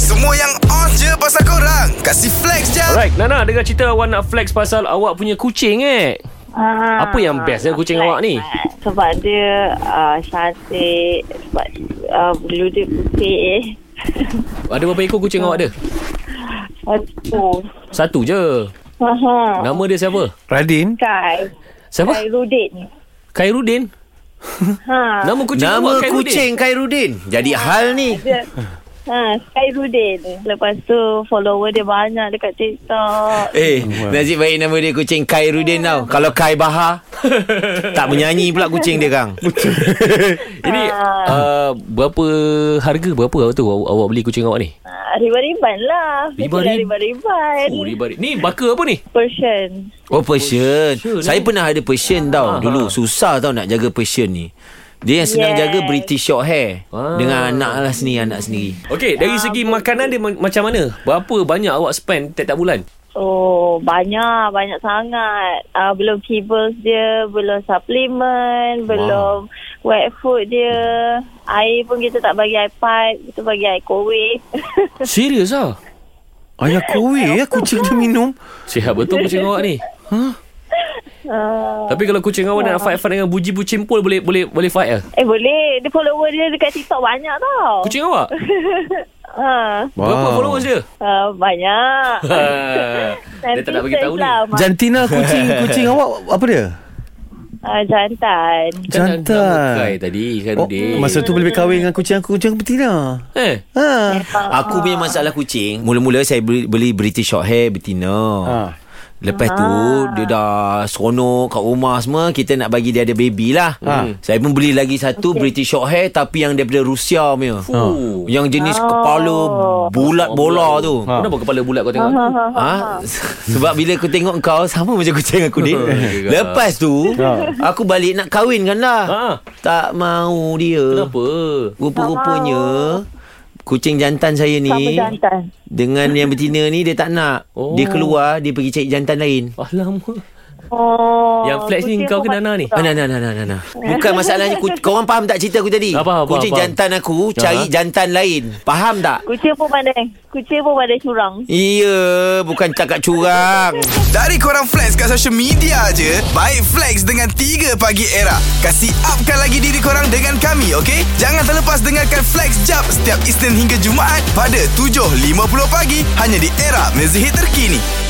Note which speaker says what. Speaker 1: Semua yang on je pasal korang Kasih flex je
Speaker 2: Alright, Nana dengar cerita awak nak flex pasal awak punya kucing eh.
Speaker 3: Ah,
Speaker 2: Apa yang best dengan kucing
Speaker 3: like,
Speaker 2: awak ni?
Speaker 3: ah, Sebab dia uh, cantik Sebab uh, bulu dia putih
Speaker 2: Ada berapa ekor kucing awak ada?
Speaker 3: Satu
Speaker 2: Satu je.
Speaker 3: Aha.
Speaker 2: Nama dia siapa?
Speaker 4: Radin
Speaker 3: Kai
Speaker 2: Siapa?
Speaker 3: Khairudin
Speaker 2: Khairudin.
Speaker 3: Ha
Speaker 2: Nama kucing
Speaker 5: Nama
Speaker 2: awak Khairudin.
Speaker 5: kucing Khairuddin Jadi hal ni
Speaker 3: dia, Ha, Khairudin Lepas tu follower dia banyak dekat TikTok
Speaker 5: Eh Nasib baik nama dia kucing Khairuddin tau Kalau Kai Bahar Tak menyanyi pula kucing dia kang
Speaker 2: Ini uh, berapa harga berapa tu awak, awak beli kucing awak ni?
Speaker 3: Ah, Riban-riban lah Dia
Speaker 2: Riban-riban.
Speaker 3: kira Riban-riban
Speaker 2: Oh, riba. Ni baka apa ni?
Speaker 3: Persian
Speaker 5: Oh Persian
Speaker 2: Persian
Speaker 5: Saya
Speaker 2: ni.
Speaker 5: pernah ada Persian
Speaker 2: eh? Ah, ah.
Speaker 5: tau Dulu susah tau nak jaga Persian ni Dia yang senang
Speaker 3: Yes.
Speaker 5: jaga British short hair
Speaker 2: Ah.
Speaker 5: Dengan anak lah sendiri Anak sendiri
Speaker 2: Okey, dari segi makanan dia ma- macam mana? Berapa banyak awak spend tiap-tiap bulan?
Speaker 3: Oh, banyak, banyak sangat. Uh, belum kibbles dia, belum suplemen, wow. belum wet food dia. Air pun kita tak bagi air pipe, kita bagi air kowe.
Speaker 2: Serius ah?
Speaker 4: Ayah kowe ya kucing dia minum
Speaker 2: Sihat betul kucing awak ni.
Speaker 3: uh, Ah,
Speaker 2: Tapi kalau kucing awak nak fight-fight dengan buji bucin pun boleh boleh boleh fight ah.
Speaker 3: eh, boleh. Dia follower dia dekat TikTok banyak tau.
Speaker 2: Kucing awak?
Speaker 3: Uh,
Speaker 2: Berapa followers dia? Ah.
Speaker 3: uh, banyak. ah.
Speaker 2: dia tak nak bagi tahu
Speaker 3: lah,
Speaker 2: ni.
Speaker 4: Jantina kucing Kucing awak Apa dia?
Speaker 3: Uh, jantan.
Speaker 2: Kan dah- dah berkai
Speaker 4: Jantan
Speaker 2: tadi kan,
Speaker 4: Oh,
Speaker 2: Khairuddin.
Speaker 4: masa tu boleh berkahwin dengan kucing aku Kucing aku betina
Speaker 2: eh.
Speaker 4: Ha.
Speaker 5: Aku
Speaker 2: Ah.
Speaker 5: punya masalah kucing Mula-mula saya beli, beli British short hair Betina
Speaker 4: Ha.
Speaker 5: Lepas tu
Speaker 2: Ah.
Speaker 5: Dia dah seronok Kat rumah semua Kita nak bagi dia ada baby lah
Speaker 4: Ha.
Speaker 5: Saya pun beli lagi satu British short hair Tapi yang daripada Rusia punya Ah.
Speaker 2: Fuh. Ah.
Speaker 5: Yang jenis
Speaker 3: Oh.
Speaker 5: kepala Bulat bola tu
Speaker 2: Ha. Kenapa kepala bulat kau tengok?
Speaker 3: Ha, ha,
Speaker 2: Ah,
Speaker 3: ha.
Speaker 5: Ha? Sebab bila aku tengok kau Sama macam kucing aku ni
Speaker 2: ya
Speaker 5: Lepas tu
Speaker 4: Ah.
Speaker 5: Aku balik nak kahwin kan lah
Speaker 2: Ha.
Speaker 5: Tak mau dia
Speaker 2: Kenapa?
Speaker 5: Rupa-rupanya Kucing jantan saya ni
Speaker 2: eh.
Speaker 3: Sama jantan.
Speaker 5: dengan yang betina ni dia tak nak.
Speaker 2: Oh.
Speaker 5: Oh. Dia keluar, dia pergi cari jantan lain.
Speaker 2: Alamak.
Speaker 3: Oh,
Speaker 2: Yang flex ni
Speaker 3: kucing
Speaker 2: kau
Speaker 3: aku
Speaker 2: ke Nana ni?
Speaker 3: banyak
Speaker 5: Ah, nah, nah, nah, nah, nah, nah. Bukan masalahnya ku, Korang faham tak cerita aku tadi?
Speaker 2: Apa, apa,
Speaker 5: Kucing
Speaker 2: apa?
Speaker 5: jantan aku
Speaker 2: Aha.
Speaker 5: Cari jantan lain Faham tak?
Speaker 3: Kucing pun pandai. Kucing pun pandai curang.
Speaker 5: Iya Bukan cakap curang
Speaker 1: Dari korang flex kat social media je Baik flex dengan 3 pagi era Kasih upkan lagi diri korang dengan kami okay? Jangan terlepas dengarkan flex jap Setiap Isnin hingga Jumaat Pada 7.50 pagi Hanya di era mezihit terkini